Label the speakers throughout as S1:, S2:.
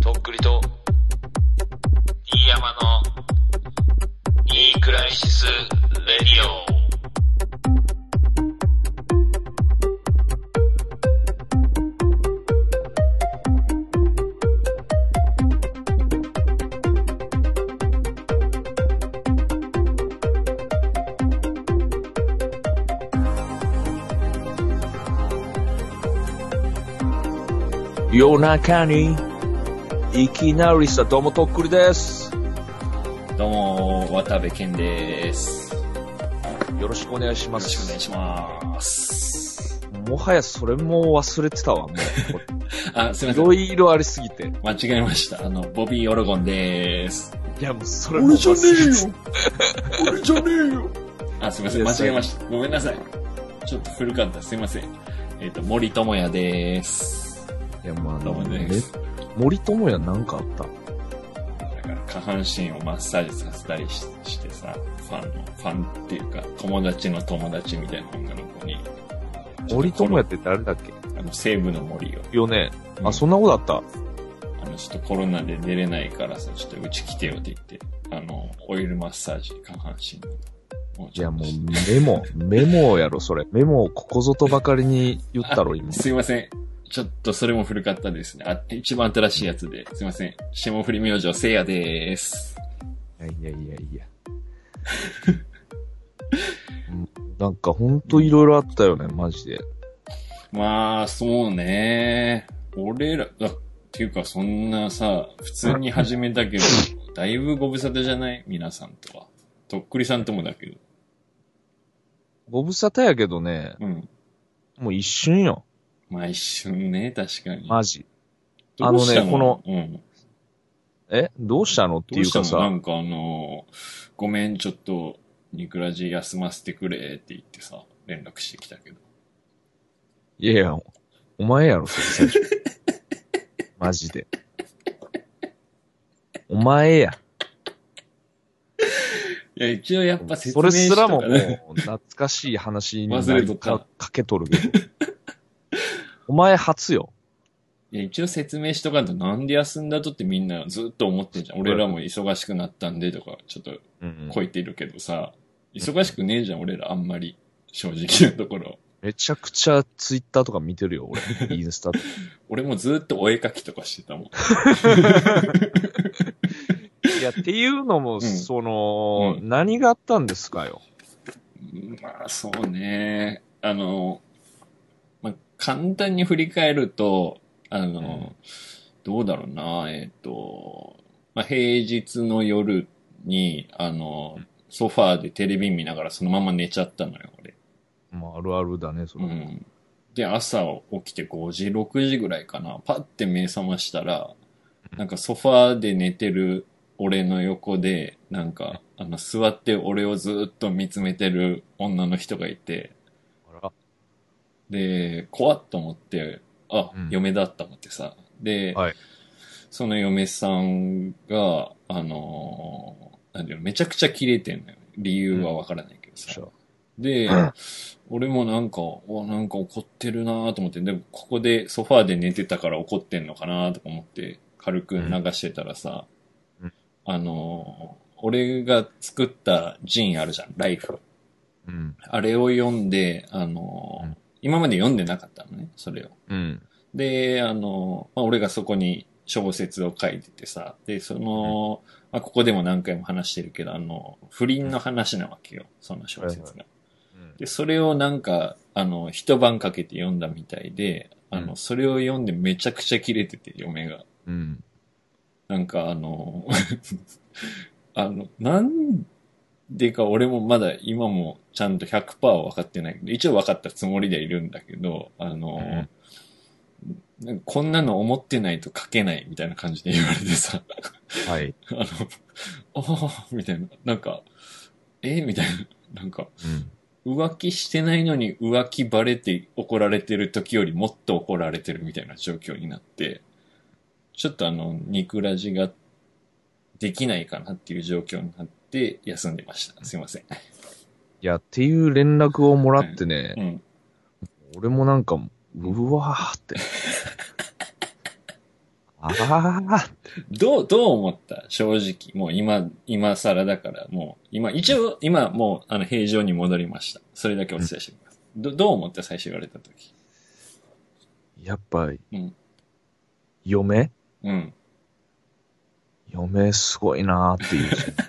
S1: とっくりと、飯山の、いいクライシス・レディオ。夜中に、いきなりさ、どうもとっくりです。
S2: どうも、渡部健です。よ
S1: よろしくお願いしま
S2: ろしくお願い
S1: す。
S2: します。
S1: もはやそれも忘れてたわ、もう。
S2: あ、す
S1: い
S2: いません
S1: ろ。いろありすぎて。
S2: 間違えました。あの、ボビー・オロゴンです。
S1: いや、もうそれも忘れてた。
S2: えよ俺じゃねえよあ、すいません。
S1: いや
S2: 間違えました。ごめんなさい。ちょっと古かった。すいません。えっ、と、森友哉です。
S1: いや、まあ、
S2: どうも
S1: ね
S2: です。
S1: 森友哉なんかあった
S2: だから、下半身をマッサージさせたりししてさ、ファンの、ファンっていうか、友達の友達みたいな女の子に。
S1: 森友哉
S2: 哉
S1: って誰だっけ
S2: あの、西部の森を。
S1: よね。
S2: う
S1: あ、
S2: ん
S1: そんなことあった。
S2: あの、ちょっとコロナで出れないからさ、ちょっとうち来てよって言って、あの、オイルマッサージ、下半身の。も
S1: い
S2: ちょ
S1: や、
S2: っと
S1: もうメモ、 メモやろ、それ。メモをここぞとばかりに言ったろ、今
S2: あ。すいません。ちょっとそれも古かったですね。あ、一番新しいやつで。すいません。霜降り明星、せいやでーす。
S1: いやいやいや いや。うんなんかほんといろいろあったよね、マジで。
S2: まあ、そうね。俺ら、あ、っていうかそんなさ、普通に始めた けど、だいぶご無沙汰じゃない皆さんとは。とっくりさんともだけど。
S1: ご無沙汰やけどね、
S2: うん。
S1: もう一瞬よ、
S2: まあ一瞬ね、確かに。
S1: マジ。
S2: どうした
S1: あのねこの、
S2: うん。
S1: えどうしたのって
S2: ど
S1: いうう
S2: した
S1: か
S2: のな
S1: さ、
S2: んかあのーごめん、ちょっと、ニクラジ休ませてくれって言ってさ、連絡してきたけど。
S1: いやいや、お前やろ、それ最初。 マジで。お前や。
S2: いや、一応やっぱ説
S1: そ
S2: 明
S1: れ
S2: し
S1: す
S2: たから
S1: ももう、懐かしい話に
S2: 忘れと
S1: 何
S2: った
S1: かかけとるけど。 お前初よ。
S2: いや、一応説明しとかんと、なんで休んだとってみんなずっと思ってんじゃん。俺らも忙しくなったんでとか、ちょっと
S1: うん
S2: こいてるけどさ、忙しくねえじゃん、俺らあんまり。正直なところ。
S1: めちゃくちゃツイッターとか見てるよ、俺。 インスタとか
S2: 俺もずっとお絵描きとかしてたもん。
S1: いや、っていうのも、
S2: ん
S1: その、
S2: う
S1: 何があったんですかよ。
S2: まあ、そうね。あの、まあ、簡単に振り返ると、あの、
S1: うん
S2: どうだろうな、えっ、と、まあ、平日の夜に、あの、ソファーでテレビ見ながらそのまま寝ちゃったのよ、俺。
S1: まあ、あるあるだね、そうの。
S2: ん。で、朝起きて5時、6時ぐらいかな。パッて目覚ましたら、
S1: うん
S2: なんかソファーで寝てる俺の横で、なんか、あの、座って俺をずっと見つめてる女の人がいて、
S1: あら
S2: で、怖っと思って、あ、
S1: うん
S2: 嫁だと思ってさ。で、
S1: はい
S2: その嫁さんが、あのーなんていうの、めちゃくちゃキレてんのよ。理由はわからないけどさ。で、俺もなんか、おなんか怒ってるなと思って、でもここでソファーで寝てたから怒ってんのかなとか思って、軽く流してたらさ、
S1: うん
S2: あのー俺が作ったジンあるじゃん、ライフ。
S1: うん。
S2: あれを読んで、あのー
S1: うん
S2: 今まで読んでなかったのね、それを。
S1: うん。
S2: で、あの、まあ、俺がそこに小説を書いててさ、で、その、まあ、ここでも何回も話してるけど、あの、不倫の話なわけよ、その小説が。
S1: はい
S2: で、それをなんか、あの、一晩かけて読んだみたいで、あ
S1: うん
S2: の、それを読んでめちゃくちゃキレてて、嫁が。
S1: うん。
S2: なんかあの、 あの、なんでか俺もまだ今もちゃんと100%分かってないけど、一応分かったつもりではいるんだけど、あの、なんかこんなの思ってないと書けないみたいな感じで言われてさ、
S1: はい。
S2: あの、ああ、みたいな、なんか、えみたいな、なんか、
S1: うん。
S2: 浮気してないのに浮気バレて怒られてる時よりもっと怒られてるみたいな状況になって、ちょっとあの、肉ラジができないかなっていう状況になって休んでました。すいません。
S1: いや、っていう連絡をもらってね、
S2: うん。
S1: 俺もなんか、うわーって。ああ、
S2: どう、どう思った正直。もう今、今更だから、もう、今、一応、今、もう、あの、平常に戻りました。それだけお伝えしておきます。ど、どう思った最初言われた時。
S1: やっぱり、
S2: うん
S1: 嫁
S2: うん。
S1: 嫁すごいなーっていう。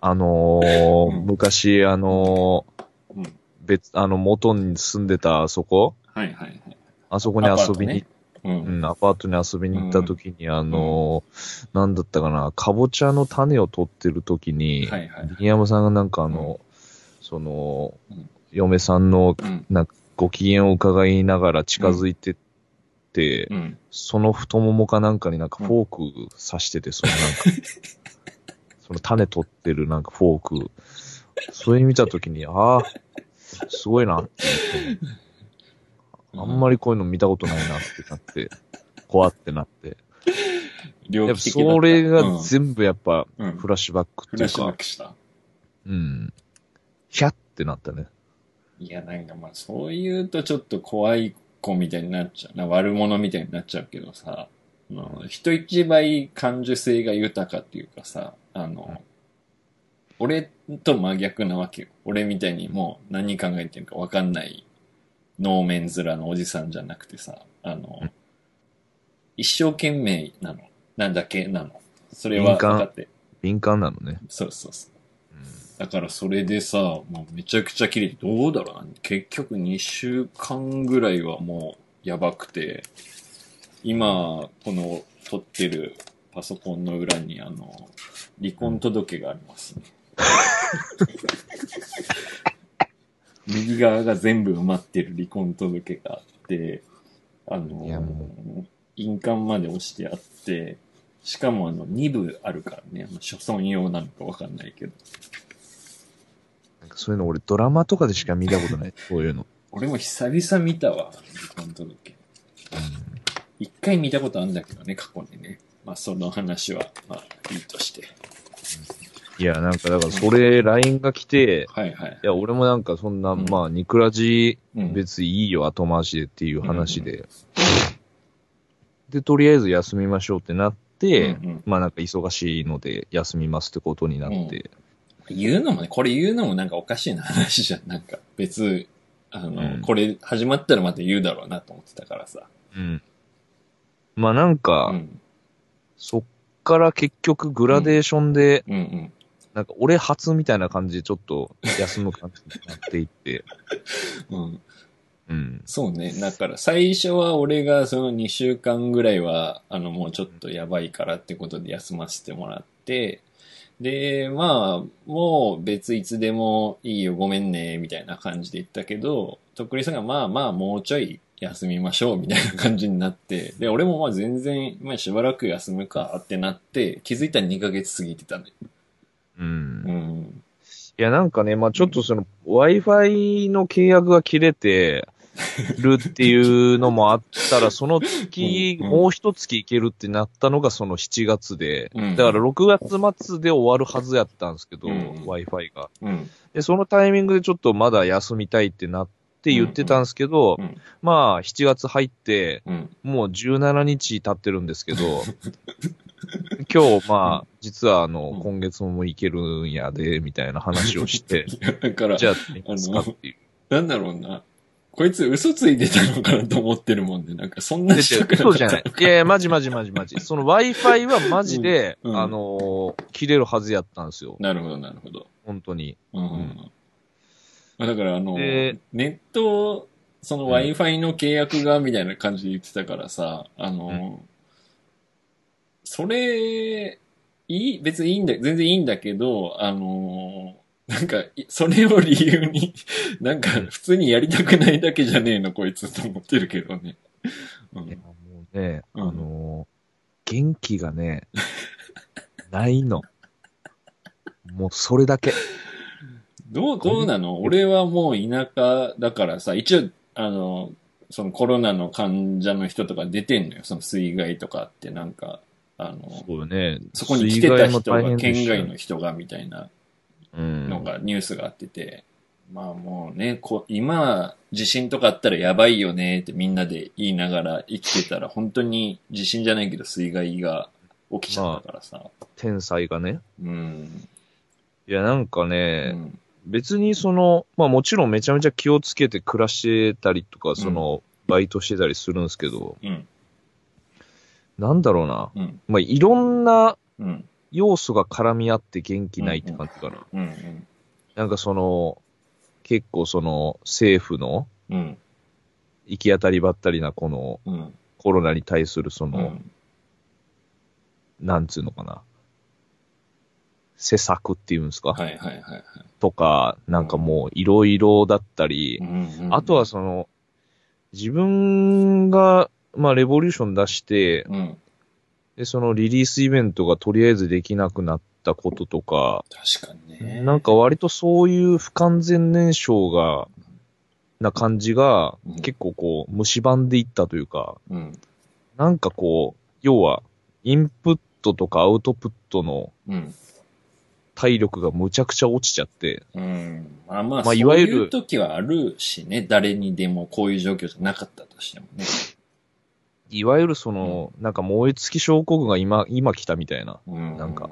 S1: あのー
S2: うん
S1: 昔、あのー
S2: うん
S1: 別、あの、元に住んでたあそこ、
S2: はいはいはい。
S1: あそこに遊びに、
S2: うん。
S1: うん、アパートに遊びに行った時に、あのーなんだったかな、かぼちゃの種を取ってる時に、
S2: はいはい。
S1: 新山さんがなんかあの、その、
S2: うん
S1: 嫁さんの
S2: うん。
S1: ご機嫌を伺いながら近づいてって、
S2: うん。
S1: その太ももかなんかになんかフォーク刺してて、そのなんか、 その種取ってるなんかフォーク、それ見たときに、ああ、すごいなって思ってあんまりこういうの見たことないなってなって、怖ってなって。
S2: 両
S1: やっぱ
S2: 利的だった
S1: それ
S2: う
S1: が
S2: ん
S1: 全部やっぱ
S2: うん
S1: フラッシュバックっ
S2: フ
S1: てい
S2: ラッ
S1: う
S2: シュバッ
S1: か、
S2: クした。
S1: うん。ひゃってなったね。
S2: いや、なんかまあ、そう言うとちょっと怖い子みたいになっちゃうな。悪者みたいになっちゃうけどさ、あの人一倍感受性が豊かっていうかさ、あの、俺と真逆なわけよ。俺みたいにもう何考えてるかわかんない、能面面のおじさんじゃなくてさ、あの
S1: うん、
S2: 一生懸命なの。なんだけなの。それは
S1: 敏感
S2: 分かって。
S1: 敏感なのね。
S2: そうそうそ
S1: う
S2: う。
S1: ん
S2: だからそれでさ、もうめちゃくちゃ切れて、どうだろうな。結局2週間ぐらいはもうやばくて、今、この撮ってるパソコンの裏に、あの、離婚届がありますね。右側が全部埋まってる離婚届があって、あ
S1: いやも
S2: の、印鑑まで押してあって、しかもあの、2部あるからね、まあ初損用なのかわかんないけど。
S1: なんかそういうの俺ドラマとかでしか見たことない。 そういうの。
S2: 俺も久々見たわ、離婚届。一回見たことあるんだけどね、過去にね。まあ、その話は、まあ、いいとして。
S1: いや、なんかだからそれ LINE が来て、
S2: はいはい
S1: い。や、俺もなんかそんな、
S2: うん
S1: まあ、ニクラジ
S2: うん
S1: 別にいいよ、後回しでっていう話で。で、とりあえず休みましょうってなって、
S2: うんうん
S1: まあなんか忙しいので休みますってことになって。
S2: 言うのもね、これ言うのもなんかおかしいな話じゃん。なんか、別、あの、
S1: うん
S2: これ始まったらまた言うだろうなと思ってたからさ。
S1: うん。まあなんか、
S2: うん。
S1: そっから結局グラデーションで、
S2: うんうん。
S1: なんか俺初みたいな感じでちょっと休む感じになっていって。
S2: うん。
S1: うん。
S2: そうね。だから、最初は俺がその2週間ぐらいは、あの、もうちょっとやばいからってことで休ませてもらって、で、まあ、もう別いつでもいいよ、ごめんね、みたいな感じで言ったけど、とっくりさんがまあまあ、もうちょい休みましょう、みたいな感じになって、で、俺もまあ全然、まあしばらく休むかってなって、気づいたら2ヶ月過ぎてたね。
S1: うん
S2: う。ん。
S1: いや、なんかね、まあちょっとその、Wi-Fi の契約が切れてるっていうのもあった ら、その月、
S2: うんうん
S1: もう一月いけるってなったのがその7月で、
S2: うん
S1: だから6月末で終わるはずやったんですけど、
S2: うん
S1: Wi-Fi が。
S2: うん。
S1: で、そのタイミングでちょっとまだ休みたいってなって言ってたんですけど、
S2: うんうんうん
S1: まあ7月入って、
S2: うん。
S1: もう17日経ってるんですけど、 今日まあ、実はあ
S2: う
S1: の
S2: ん、
S1: 今月もいけるんやで、みたいな話をして、
S2: だから、
S1: じゃあ、いいですかっていう。
S2: なんだろうな。こいつ嘘ついてたのかなと思ってるもんで、なんかそん な
S1: で
S2: したくなか
S1: 嘘
S2: った
S1: じゃない。いやいや、マジマジマジマジ。その Wi-Fi はマジで、
S2: うんうん
S1: あのー切れるはずやったんですよ。
S2: なるほど、なるほど。
S1: 本当に。
S2: うんうんうん。まあだから、あの、ネ
S1: で
S2: ット、その
S1: うん
S2: Wi-Fi の契約が、みたいな感じで言ってたからさ、あの、それ、いい、別にいいんだ、全然いいんだけど、あの、なんか、いそれを理由に、なんか、普通にやりたくないだけじゃねえの、こいつと思ってるけどね。
S1: い
S2: う
S1: や
S2: ん、
S1: もうね、
S2: うん
S1: あのー元気がね、ないの。もうそれだけ。
S2: どう、どうなの俺はもう田舎だからさ、一応、あの、そのコロナの患者の人とか出てんのよ。その水害とかってなんか、あの、
S1: そうよね。
S2: そこに来てた
S1: 水害
S2: 人
S1: も大
S2: が、
S1: 変で
S2: 県
S1: したよ
S2: 外の人がみたいな
S1: うん
S2: のがニュースがあってて、まあもうね、こう今、地震とかあったらやばいよねってみんなで言いながら生きてたら、本当に地震じゃないけど水害が起きちゃったからさ。
S1: 天才がね。
S2: うん。
S1: いや、なんか
S2: う
S1: ね、
S2: ん。
S1: 別にその、まあもちろんめちゃめちゃ気をつけて暮らしてたりとか、その、バイトしてたりするんですけど、
S2: うん。
S1: なんだろうな。
S2: うん。
S1: まあいろんな
S2: うん。
S1: 要素が絡み合って元気ないって感じかな。
S2: うん。うん。
S1: なんかその、結構その、政府の
S2: うん。
S1: 行き当たりばったりなこの
S2: うん。
S1: コロナに対するそうの、
S2: ん。
S1: なんつうのかな。施策っていうんですか、
S2: はいはいはいはい。
S1: とか、なんかもういろいろだったり、
S2: うん
S1: あとは、その、自分が、まあ、レボリューション出して、
S2: うん。
S1: で、そのリリースイベントがとりあえずできなくなったこととか、
S2: 確かにね。
S1: なんか割とそういう不完全燃焼が、な感じが
S2: うん、
S1: 結構こう、蝕んでいったというか、
S2: うん。
S1: なんかこう、要は、インプットとかアウトプットの
S2: うん。
S1: 体力がむちゃくちゃ落ちちゃって、
S2: うん。まあまあ、
S1: ま
S2: そ
S1: あ
S2: う
S1: いわゆる
S2: いう時はあるしね、誰にでもこういう状況じゃなかったとしてもね。
S1: いわゆるその、なんか燃え尽き症候群が今、今来たみたいな。
S2: うん
S1: なんか。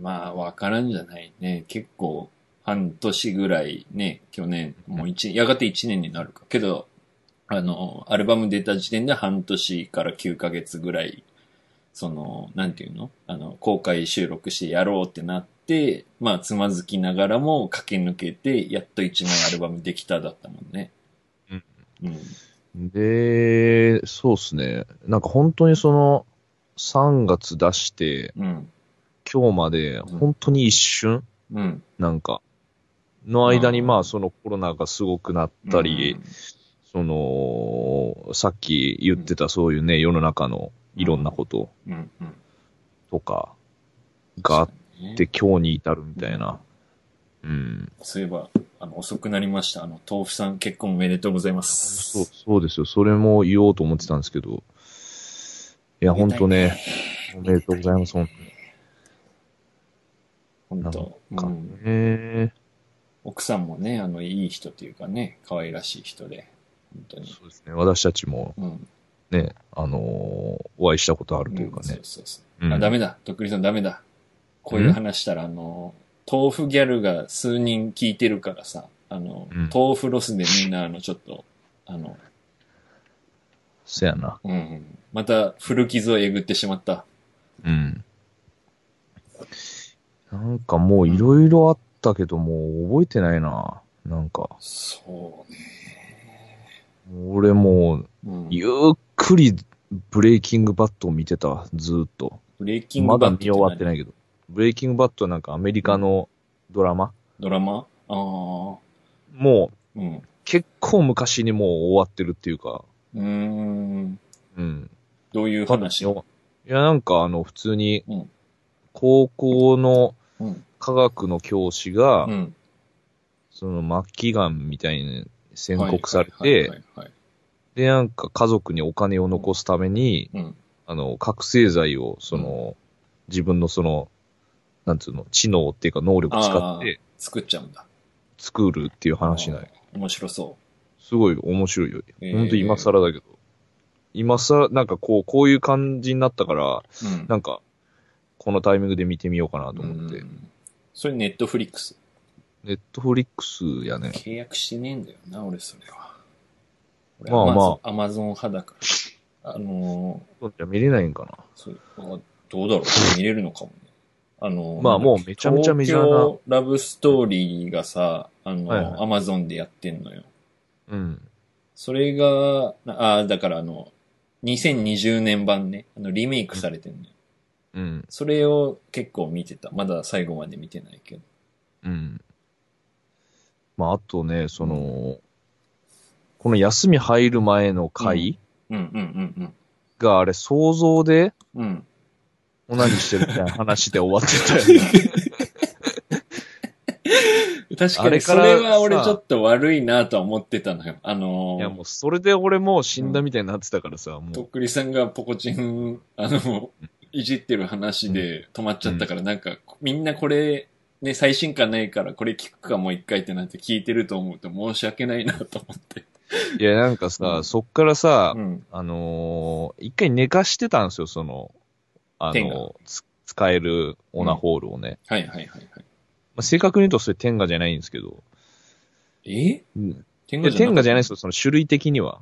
S2: まあ、わからんじゃないね。結構、半年ぐらいね、去年、もう一、やがて一年になるか。けど、あの、アルバム出た時点で半年から9ヶ月ぐらい、その、なんていうのあの、公開収録してやろうってなって、まあ、つまずきながらも駆け抜けて、やっと一年アルバムできただったもんね。
S1: うん。
S2: うん。
S1: で、そうですね。なんか本当にその、3月出して、
S2: うん。
S1: 今日まで、
S2: うん
S1: 本当に一瞬、
S2: うん。
S1: なんか、の間に
S2: うん
S1: まあそのコロナがすごくなったり、その、さっき言ってたそういうね、世の中のいろんなこと
S2: うん、うん。うん。
S1: とかがあっ
S2: そうね
S1: て今日に至るみたいな。うん。
S2: そういえば、あの、遅くなりました。あの、豆腐さん結婚おめでとうございます。
S1: そう、そうですよ。それも言おうと思ってたんですけど。いや、ほんとね、おめでとうございます、ほんとに。
S2: 本当、
S1: か
S2: うん
S1: へ
S2: 奥さんもね、あの、いい人というかね、可愛らしい人で、本当
S1: ー
S2: に。
S1: そうですね。私たちも
S2: うん。
S1: ね、あのーお会いしたことあるというか
S2: んそ
S1: ね
S2: う。そうそう。
S1: うん
S2: あ、ダメだ。とっくりさんダメだ。こういう話したら、あの、豆腐ギャルが数人聞いてるからさ、あの、
S1: うん
S2: 豆腐ロスでみんな、あの、ちょっと、あの、
S1: せやな。
S2: うんうん。また、古傷をえぐってしまった。
S1: うん。なんかもういろいろあったけど、もう覚えてないな。なんか、
S2: そうね。
S1: 俺もう、
S2: うん。
S1: ゆっくりブレイキングバットを見てた、ずーっと。
S2: ブレイキン
S1: ま
S2: グ
S1: だ
S2: バッ
S1: 見
S2: ト。
S1: 終わってないいけど。ブレイキングバットはなんかアメリカのドラマ
S2: ドラマああ。
S1: もう
S2: うん。
S1: 結構昔にもう終わってるっていうか、
S2: うーん。
S1: うん。
S2: どういう話
S1: いや、なんかあの、普通に
S2: うん、
S1: 高校の
S2: うん。
S1: 科学の教師が、
S2: うん。
S1: その末期がんみたいに宣告されて、
S2: はいはいはいはい
S1: で、なんか家族にお金を残すために、
S2: うん。
S1: あの、覚醒剤を、その、自分のその、なんつうの、知能っていうか能力使って
S2: 作っちゃうんだ。
S1: 作るっていう話なんよ
S2: 面白そ
S1: すごい面白いよ。
S2: えー
S1: ほんと今更だけど。今更、なんかこう、こういう感じになったから、
S2: う。うん。
S1: なんか、このタイミングで見てみようかなと思って
S2: う。んそれネットフリックス。
S1: ネットフリックスやね。
S2: 契約してねえんだよな、俺それは。俺
S1: まあまあ
S2: アマゾン派だから。あの
S1: じゃあ見れないんか
S2: ーそうあどうだろう見れるのかもね。あのー
S1: まあもうめちゃめちゃメジャーな
S2: 東京ラブストーリーがさ、あの
S1: はいはい
S2: アマゾンでやってんのよ。
S1: な。うん。
S2: それが、ああ、だからあの、2020年版ね、あの、リメイクされてるのよ。
S1: うん。
S2: それを結構見てた。まだ最後まで見てないけど。
S1: うん。まあ、あとね、その、この休み入る前の回
S2: うんうんうん
S1: があれ、想像で
S2: うん。うん。
S1: 何してるみたいな話で終わってたよね。
S2: 確か
S1: あ
S2: に
S1: れ
S2: そ
S1: から
S2: れは俺
S1: さ
S2: ちょっと悪いなとは思ってたのよ。あのー
S1: いや、もうそれで俺もう死んだみたいになってたからさ、も
S2: とっ
S1: う。
S2: くりさんがポコチン、あの、いじってる話で止まっちゃったから、なんか、みんなこれ、ね、最新刊ないからこれ聞くかもう一回ってなって聞いてると思うと申し訳ないなと思って。
S1: いや、なんかさ、そっからさ、
S2: うん。
S1: あのー一回寝かしてたんですよ、その、あ
S2: テン
S1: の
S2: ガ、
S1: つ使えるオナホールをね。
S2: はいはいはいは
S1: まあ、正確に言うとそれ天下じゃないんですけど。
S2: い。え
S1: うん
S2: 天
S1: いや天
S2: か
S1: 下
S2: った
S1: じゃないですよ、その種類的には。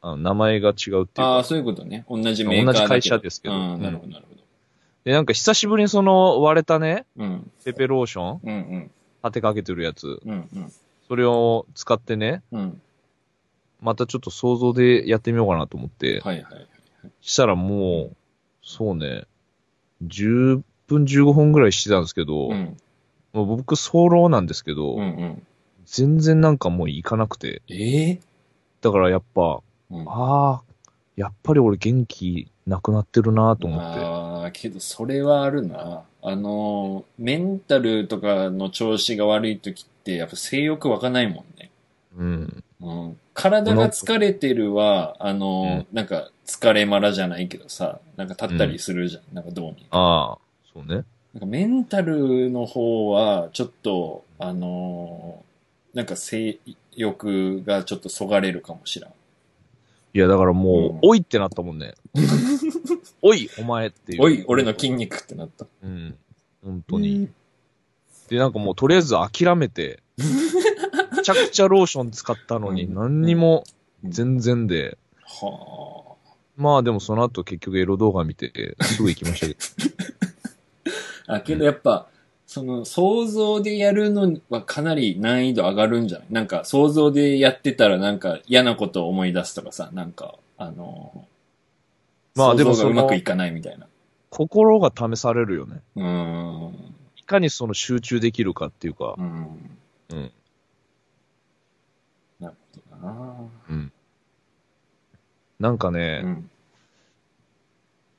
S1: あの名前が違うっていう
S2: ああ、
S1: か。
S2: そういうことね。同じメーカーだけど。
S1: 同じ会社ですけど
S2: ああ、なるほどなるほど。
S1: で、なんか久しぶりにその割れたね、
S2: うん。
S1: ペペローション
S2: うんうん。
S1: 当てかけてるやつ。
S2: うんうん。
S1: それを使ってね、
S2: うん。
S1: またちょっと想像でやってみようかなと思って。
S2: はいはい。
S1: したらもう、そうね、10分15分ぐらいしてたんですけど、
S2: うん。
S1: もう僕早漏なんですけど、
S2: うんうん。
S1: 全然なんかもう行かなくて。
S2: ええ
S1: だからやっぱ、
S2: うん
S1: ああ、やっぱり俺元気なくなってるなと思って。
S2: ああ、けどそれはあるな。あの、メンタルとかの調子が悪い時って、やっぱ性欲湧かないもんね。
S1: うん。
S2: うん、体が疲れてるは、あの、なんか疲れまらじゃないけどさ、なんか立ったりするじゃん。なんかどうに。
S1: ああ、そうね。
S2: なんかメンタルの方は、ちょっと、あのーなんか性欲がちょっとそがれるかもしらん。
S1: いや、だからもう、
S2: うん
S1: おいってなったもん ね。おい、お前っていう。
S2: おい、俺の筋肉ってなった。
S1: うん。本当に。で、なんかもう、とりあえず諦めて、めちゃくちゃローション使ったの
S2: う
S1: に、
S2: ん
S1: 何にも、全然で。
S2: は
S1: まあでもその後結局エロ動画見て、すぐ行きました けど。
S2: あ。あ、けどやっぱ、その想像でやるのはかなり難易度上がるんじゃないなんか想像でやってたらなんか嫌なことを思い出すとかさ、なんか、あのー
S1: まあでも
S2: 想像がうま
S1: そ
S2: く
S1: の
S2: いかないみたいな。
S1: 心が試されるよね。
S2: うーん。
S1: いかにその集中できるかっていうか
S2: う。ん。
S1: うん。
S2: なるほどな。
S1: うん。なんかね、
S2: うん。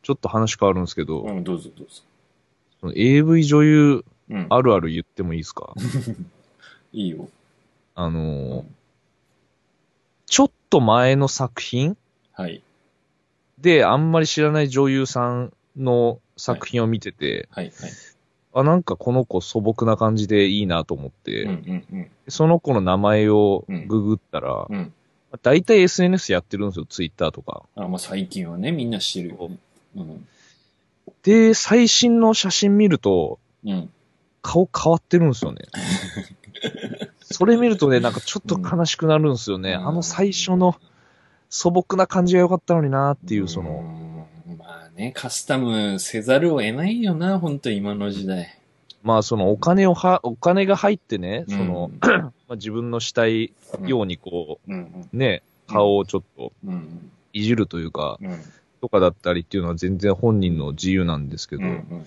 S1: ちょっと話変わるんですけど、
S2: うん、どうぞどうぞ。
S1: その AV 女優
S2: うん。
S1: あるある言ってもいいですか
S2: いいよ。
S1: あのー
S2: うん
S1: ちょっと前の作品
S2: はい。
S1: であんまり知らない女優さんの作品を見てて、
S2: はい、はい。
S1: あ、なんかこの子素朴な感じでいいなと思って、
S2: うん、うん、
S1: その子の名前を
S2: うん
S1: ググったら、
S2: うん。うん。
S1: だいたい SNS やってるんですよ、Twitter とか。
S2: あ、まあ最近はね、みんな知ってるよ、ね。うん。
S1: で、最新の写真見ると、
S2: うん。
S1: 顔変わってるんですよ ね。それ見るとね、なんかちょっと悲しくなるんですよね。
S2: うん
S1: あの最初の素朴な感じが良かったのになっていう、その、
S2: うん。まあね、カスタムせざるを得ないよな、本当今の時代。
S1: まあそのお金をは、お金が入ってね、
S2: うん
S1: その、まあ、自分のしたいようにこ
S2: うん、うん
S1: う、ね、顔をちょっと
S2: うん、
S1: いじるというか、
S2: うん、
S1: とかだったりっていうのは全然本人の自由なんですけ
S2: う
S1: ど、
S2: ん。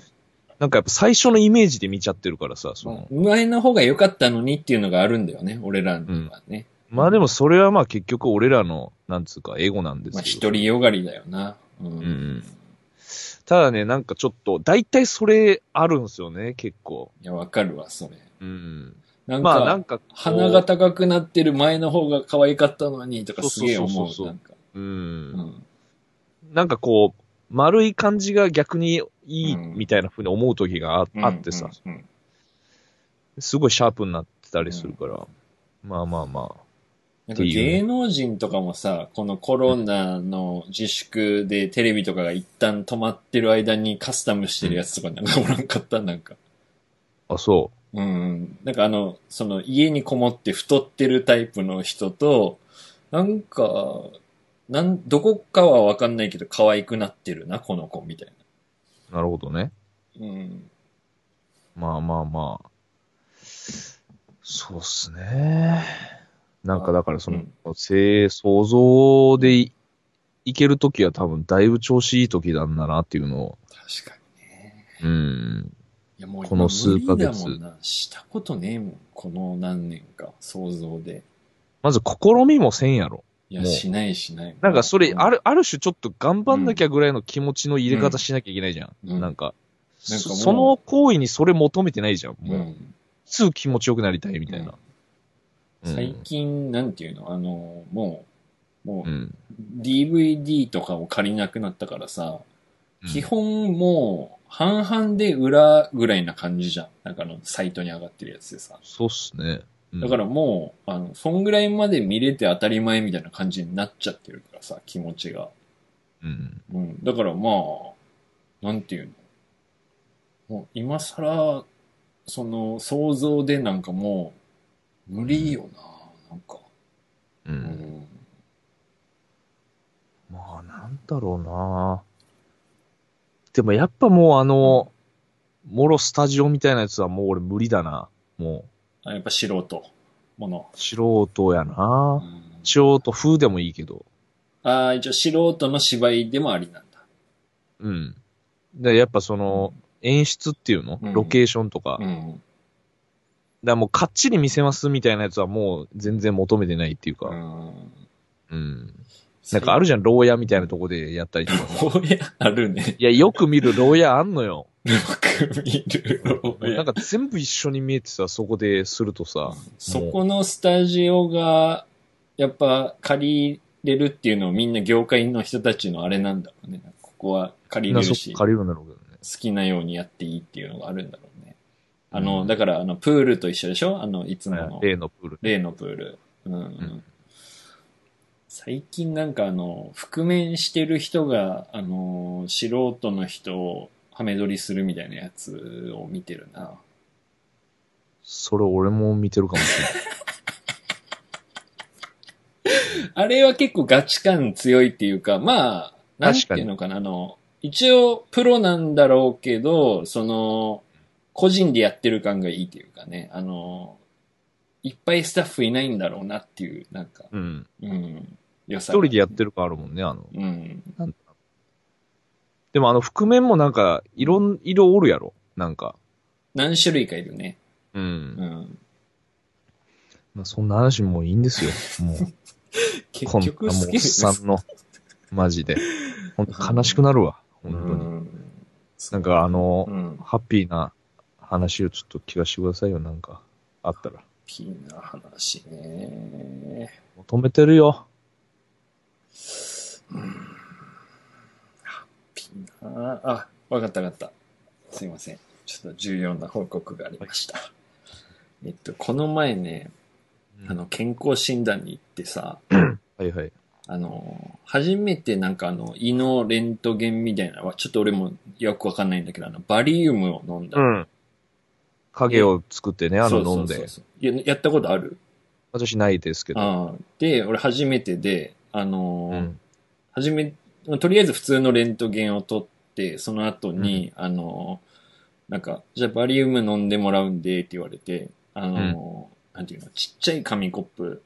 S1: なんかやっぱ最初のイメージで見ちゃってるからさ、その、
S2: 前の方が良かったのにっていうのがあるんだよね、俺らにはね。
S1: まあでもそれはまあ結局俺らの、なんつうか、エゴなんです
S2: まあ、
S1: けど。
S2: 独りよがりだよな。うん。
S1: んただね、なんかちょっと、大体それあるんですよね、結構。
S2: いや、わかるわ、それ。
S1: うん。
S2: なんか、
S1: まあなんかこう、
S2: 鼻が高くなってる前の方が可愛かったのにとか
S1: そう
S2: す
S1: そうそうそう
S2: げえ思う。なんか、
S1: う。
S2: うんん。
S1: なんかこう、丸い感じが逆にいい
S2: うん
S1: みたいな風に思う時があ,、あってさ、
S2: うん。うん
S1: すごいシャープになってたりするから、まあまあまあ。
S2: なんか芸能人とかもさ、このコロナの自粛でテレビとかが一旦止まってる間にカスタムしてるやつとかなんかおらんかったなんか。
S1: あ、そ。
S2: うん。なんかあの、その家にこもって太ってるタイプの人と、なんか、なん、どこかはわかんないけど可愛くなってるな、この子みたいう
S1: なるほどね。
S2: な。うん。
S1: まあまあまあ。そうっすね。なんかだからその、性想像でいいけるときは多分だいぶ調子いいときなんだなっていうのを、
S2: 確かにね。
S1: うん。
S2: いやもう
S1: この
S2: 今無理だ
S1: 数
S2: も
S1: ヶ
S2: んな。したことねえもん。この何年か、想像で。
S1: まず試みもせんやろ。
S2: いや、
S1: もう
S2: しないしない。
S1: なんかそれ、あ
S2: る。
S1: る、ある種ちょっと頑張んなきゃぐらいの気持ちの入れ方しなきゃいけないじゃん。
S2: うん
S1: なんか、
S2: なんか
S1: そ
S2: もう
S1: その行為にそれ求めてないじゃん。
S2: う
S1: もう、
S2: ん。
S1: すぐ気持ちよくなりたいみたいな。うん
S2: 最近、なんていうのあの、もう、も
S1: う
S2: う、
S1: ん。
S2: DVD とかを借りなくなったからさ、
S1: うん
S2: 基本もう、半々で裏ぐらいな感じじゃん。なんかあの、サイトに上がってるやつでさ。
S1: そうっすね。うん
S2: だからもう、あの、そんぐらいまで見れて当たり前みたいな感じになっちゃってるからさ、気持ちが。
S1: うん。
S2: うん。だからまあ、なんていうの。もう今更、その、想像でなんかもう、無理よな、なんか。
S1: う。
S2: うんん。
S1: まあ、なんだろうなでもやっぱもうあの、もろスタジオみたいなやつはもう俺無理だな。も
S2: あやっぱ素人もの。
S1: う、素人や
S2: う
S1: なん素人風でもいいけど。
S2: ああ、一応素人の芝居でもありなんだ。
S1: うん。で、やっぱその、演出っていうの
S2: うん
S1: ロケーションとか。だか
S2: ん。
S1: らもうかっちり見せますみたいなやつはもう全然求めてないっていう
S2: う
S1: か。
S2: ん。
S1: うん。なんかあるじゃん、牢屋みたいなとこでやったりと か。
S2: 牢屋あるね。
S1: いや、よく見る牢屋あんのよ。
S2: よく見る牢屋。
S1: なんか全部一緒に見えてさ、そこでするとさ。
S2: そこのスタジオが、やっぱ借りれるっていうのをみんな業界の人たちのあれなんだろうね。ここは
S1: み
S2: 借り
S1: んな
S2: れ
S1: そ
S2: る
S1: っ
S2: し、
S1: か
S2: 好
S1: 借りるんだろうけどね。
S2: きなようにやっていいっていうのがあるんだろうね。あ
S1: う
S2: の、
S1: ん
S2: だから、あの、プールと一緒でしょあの、いつもの。
S1: 例のプール。
S2: 例のプール。うん。
S1: ん
S2: 最近なんかあの、覆面してる人が、あの、素人の人をハメ撮りするみたいなやつを見てるな。
S1: それ俺も見てるかもし れない。
S2: あれは結構ガチ感強いっていうか、まあ、なんていうのかな、あの、一応プロなんだろうけど、その、個人でやってる感がいいっていうかね、あの、いっぱいスタッフいないんだろうなっていう、なんか、
S1: うん。
S2: うん、良さ
S1: 一
S2: が。
S1: 人でやってる感あるもんね、あの。
S2: うん。
S1: でもあの、覆面もなんか、いろん、色おるやろ。なんか。
S2: 何種類かいるね。
S1: うん。
S2: うん。
S1: まあ、そんな話もういいんですよ。もう。
S2: 結
S1: こんな
S2: 局
S1: もう
S2: 好
S1: お
S2: き
S1: っ
S2: です。
S1: さんの、マジ で。ほんと悲しくなるわ。本当に。
S2: ん。
S1: なんかあの、
S2: うん。
S1: ハッピーな話をちょっと聞かせてくださいよ、なんか。あったら。
S2: ピーな話ね。
S1: 求めてるよ。
S2: ピーなあ、わかったわかった。すいません。ちょっと重要な報告がありました。えっと、この前ね、あの、健康診断に行ってさ、
S1: はいはい。
S2: あの、初めてなんかあの、胃のレントゲンみたいなのは、ちょっと俺もよくわかんないんだけど、あの、バリウムを飲んだ。
S1: ん。影を作ってね、あ
S2: そ
S1: の
S2: うそう
S1: 飲ん
S2: そう
S1: で。
S2: そういややったことある
S1: 私ないですけど。
S2: ああで、俺初めてで、あの
S1: う
S2: ー、
S1: ん。
S2: 初め、とりあえず普通のレントゲンを取って、その後に、あの、なんか、じゃあバリウム飲んでもらうんでって言われて、あの、なんていうの、ちっちゃい紙コップ、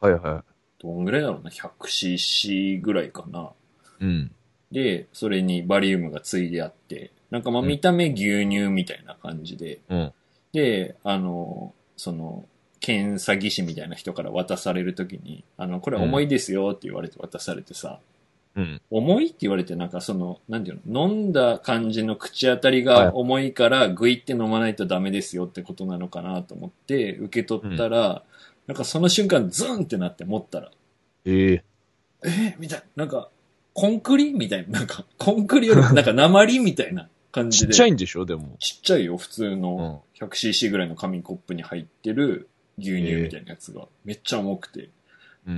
S1: はいは
S2: どんぐらいだろうな、100cc ぐらいかな。
S1: い。うん。
S2: で、それにバリウムがついであって、なんかまあ
S1: うん
S2: 見た目牛乳みたいな感じで、
S1: うん。
S2: で、あの、その、検査技師みたいな人から渡されるときに、あの、これ重いですよって言われて渡されてさ、
S1: うん。
S2: 重いって言われて、なんかその、なんていうの、飲んだ感じの口当たりが重いから、グイって飲まないとダメですよってことなのかなと思って、受け取ったら、なんかその瞬間、ズンってなって持ったら、
S1: ええ
S2: えーみたいな、なんか、コンクリみたいな、なんか、コンクリより、なんか鉛みたいな感じ
S1: ちっ
S2: で。
S1: ちゃ
S2: い
S1: いんでしょ、でも。
S2: ちっちゃいよ、普通
S1: う
S2: の
S1: ん。
S2: 100cc ぐらいの紙コップに入ってる牛乳みたいなやつが、めっちゃ重くて、
S1: うん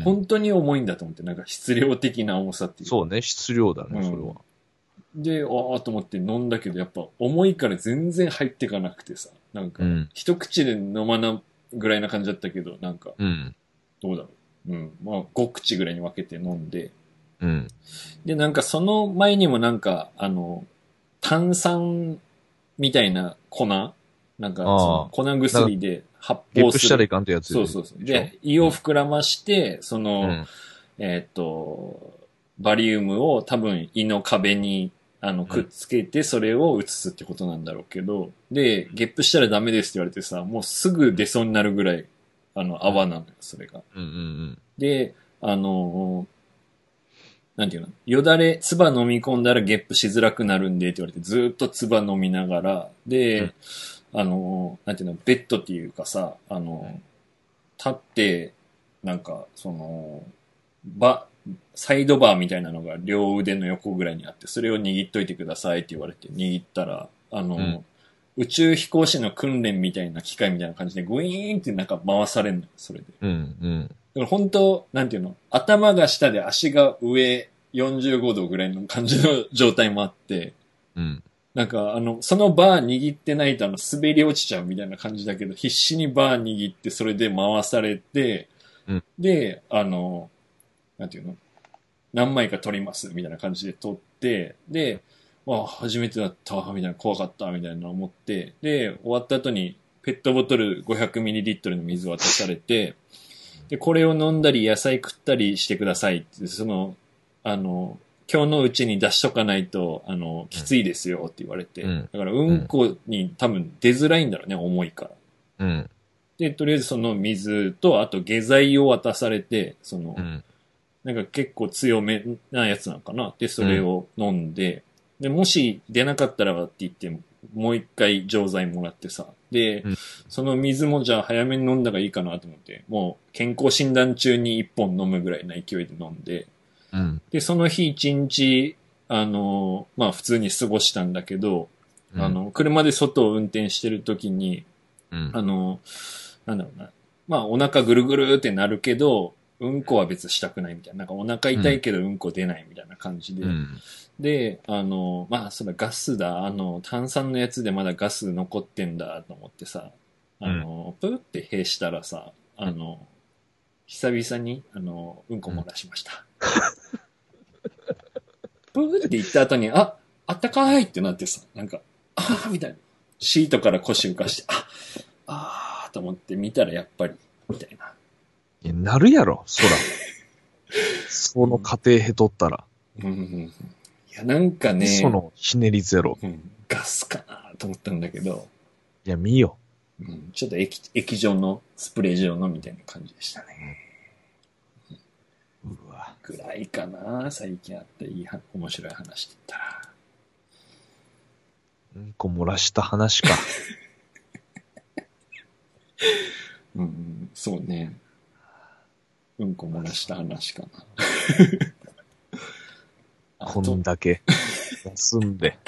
S2: 本当に重いんだと思って、なんか質量的な重さっていうか
S1: そうね、質量だ
S2: う
S1: ね、
S2: ん
S1: それは。
S2: で、ああと思って飲んだけど、やっぱ重いから全然入ってかなくてさ、なんか、
S1: うん。
S2: 一口で飲まなぐらいな感じだったけど、なんか、
S1: うん。
S2: どうだろう。うん。まあ、5口ぐらいに分けて飲んで、
S1: うん。
S2: で、なんかその前にもなんか、あの、炭酸みたいな粉なんか、そ
S1: ああ
S2: の粉薬で発
S1: ゲッ
S2: 泡
S1: プ
S2: す
S1: したら
S2: る。
S1: いかんってやつ
S2: そうそうそう。
S1: で
S2: で、胃を膨らまして、そうの、
S1: ん。
S2: えーっと、バリウムを多分胃の壁にあのくっつけてそれを移すってことなんだろうけど、で、ゲップしたらダメですって言われてさ、もうすぐ出そうになるぐらい、あの、泡なのよ、それが。
S1: うんうん
S2: で、あの、なんていうのよだれ、唾飲み込んだらゲップしづらくなるんでって言われて、ずーっと唾飲みながら、で、あの、なんていうの、ベッドっていうかさ、あの、立って、なんか、その、ば、サイドバーみたいなのが両腕の横ぐらいにあって、それを握っといてくださいって言われて、握ったら、あの、
S1: うん
S2: 宇宙飛行士の訓練みたいな機械みたいな感じで、グイーンってなんか回されるのよ、それで。
S1: うん、うん。
S2: だから本当、なんていうの、頭が下で足が上45度ぐらいの感じの状態もあって、
S1: うん。
S2: なんかあの、そのバー握ってないとあの、滑り落ちちゃうみたいな感じだけど、必死にバー握って、それで回されて、
S1: うん
S2: で、あの、なんていうの、何枚か取ります、みたいな感じで取って、で、わあ、初めてだった、みたいな、怖かった、みたいな思って、で、終わった後に、ペットボトル 500ml の水渡されて、で、これを飲んだり、野菜食ったりしてくださいって、その、あの、今日のうちに出しとかないと、あの、きついですよって言われて、
S1: うん
S2: だから、うんこに多分出づらいんだろうね、重いから。
S1: うん。
S2: で、とりあえずその水と、あと下剤を渡されて、その、
S1: うん。
S2: なんか結構強めなやつなのかな。で、それを飲んで、で、もし出なかったらばって言って、もう一回錠剤もらってさ。で、
S1: うん
S2: その水もじゃあ早めに飲んだがいいかなと思って、もう健康診断中に一本飲むぐらいな勢いで飲んで、
S1: うん。
S2: で、その日一日、あの、まあ普通に過ごしたんだけど、あ、の、車で外を運転してる時に、
S1: うん。
S2: あの、なんだろうな。まあ、お腹ぐるぐるってなるけど、うんこは別にしたくないみたいな。なんかお腹痛いけどうんこ出ないみたいな感じで。
S1: うん。
S2: で、あの、まあ、それガスだ。あの、炭酸のやつでまだガス残ってんだと思ってさ、あの、プーって閉したらさ、あの、久々に、あの、うんこ漏らしました。プーって言った後に、あ、あったかいってなってさ、なんか、ああ、みたいな。シートから腰浮かして、あ、ああ、と思って見たらやっぱり、みたいな。
S1: いやなるやろ、そら。その過程へとったら。
S2: うんうんうん。いや、なんかね、
S1: そのひねりゼロ。
S2: うん、ガスかなと思ったんだけど、
S1: いや、見よ。
S2: うんちょっと液液状のスプレー状のみたいな感じでしたね。
S1: うわ。
S2: ぐらいかな最近あったいいは面白い話って言ったら。
S1: うんこ漏らした話か。
S2: うんうん、そうね。うんこ漏らした話 かな。あ
S1: ことんだけ。休んで。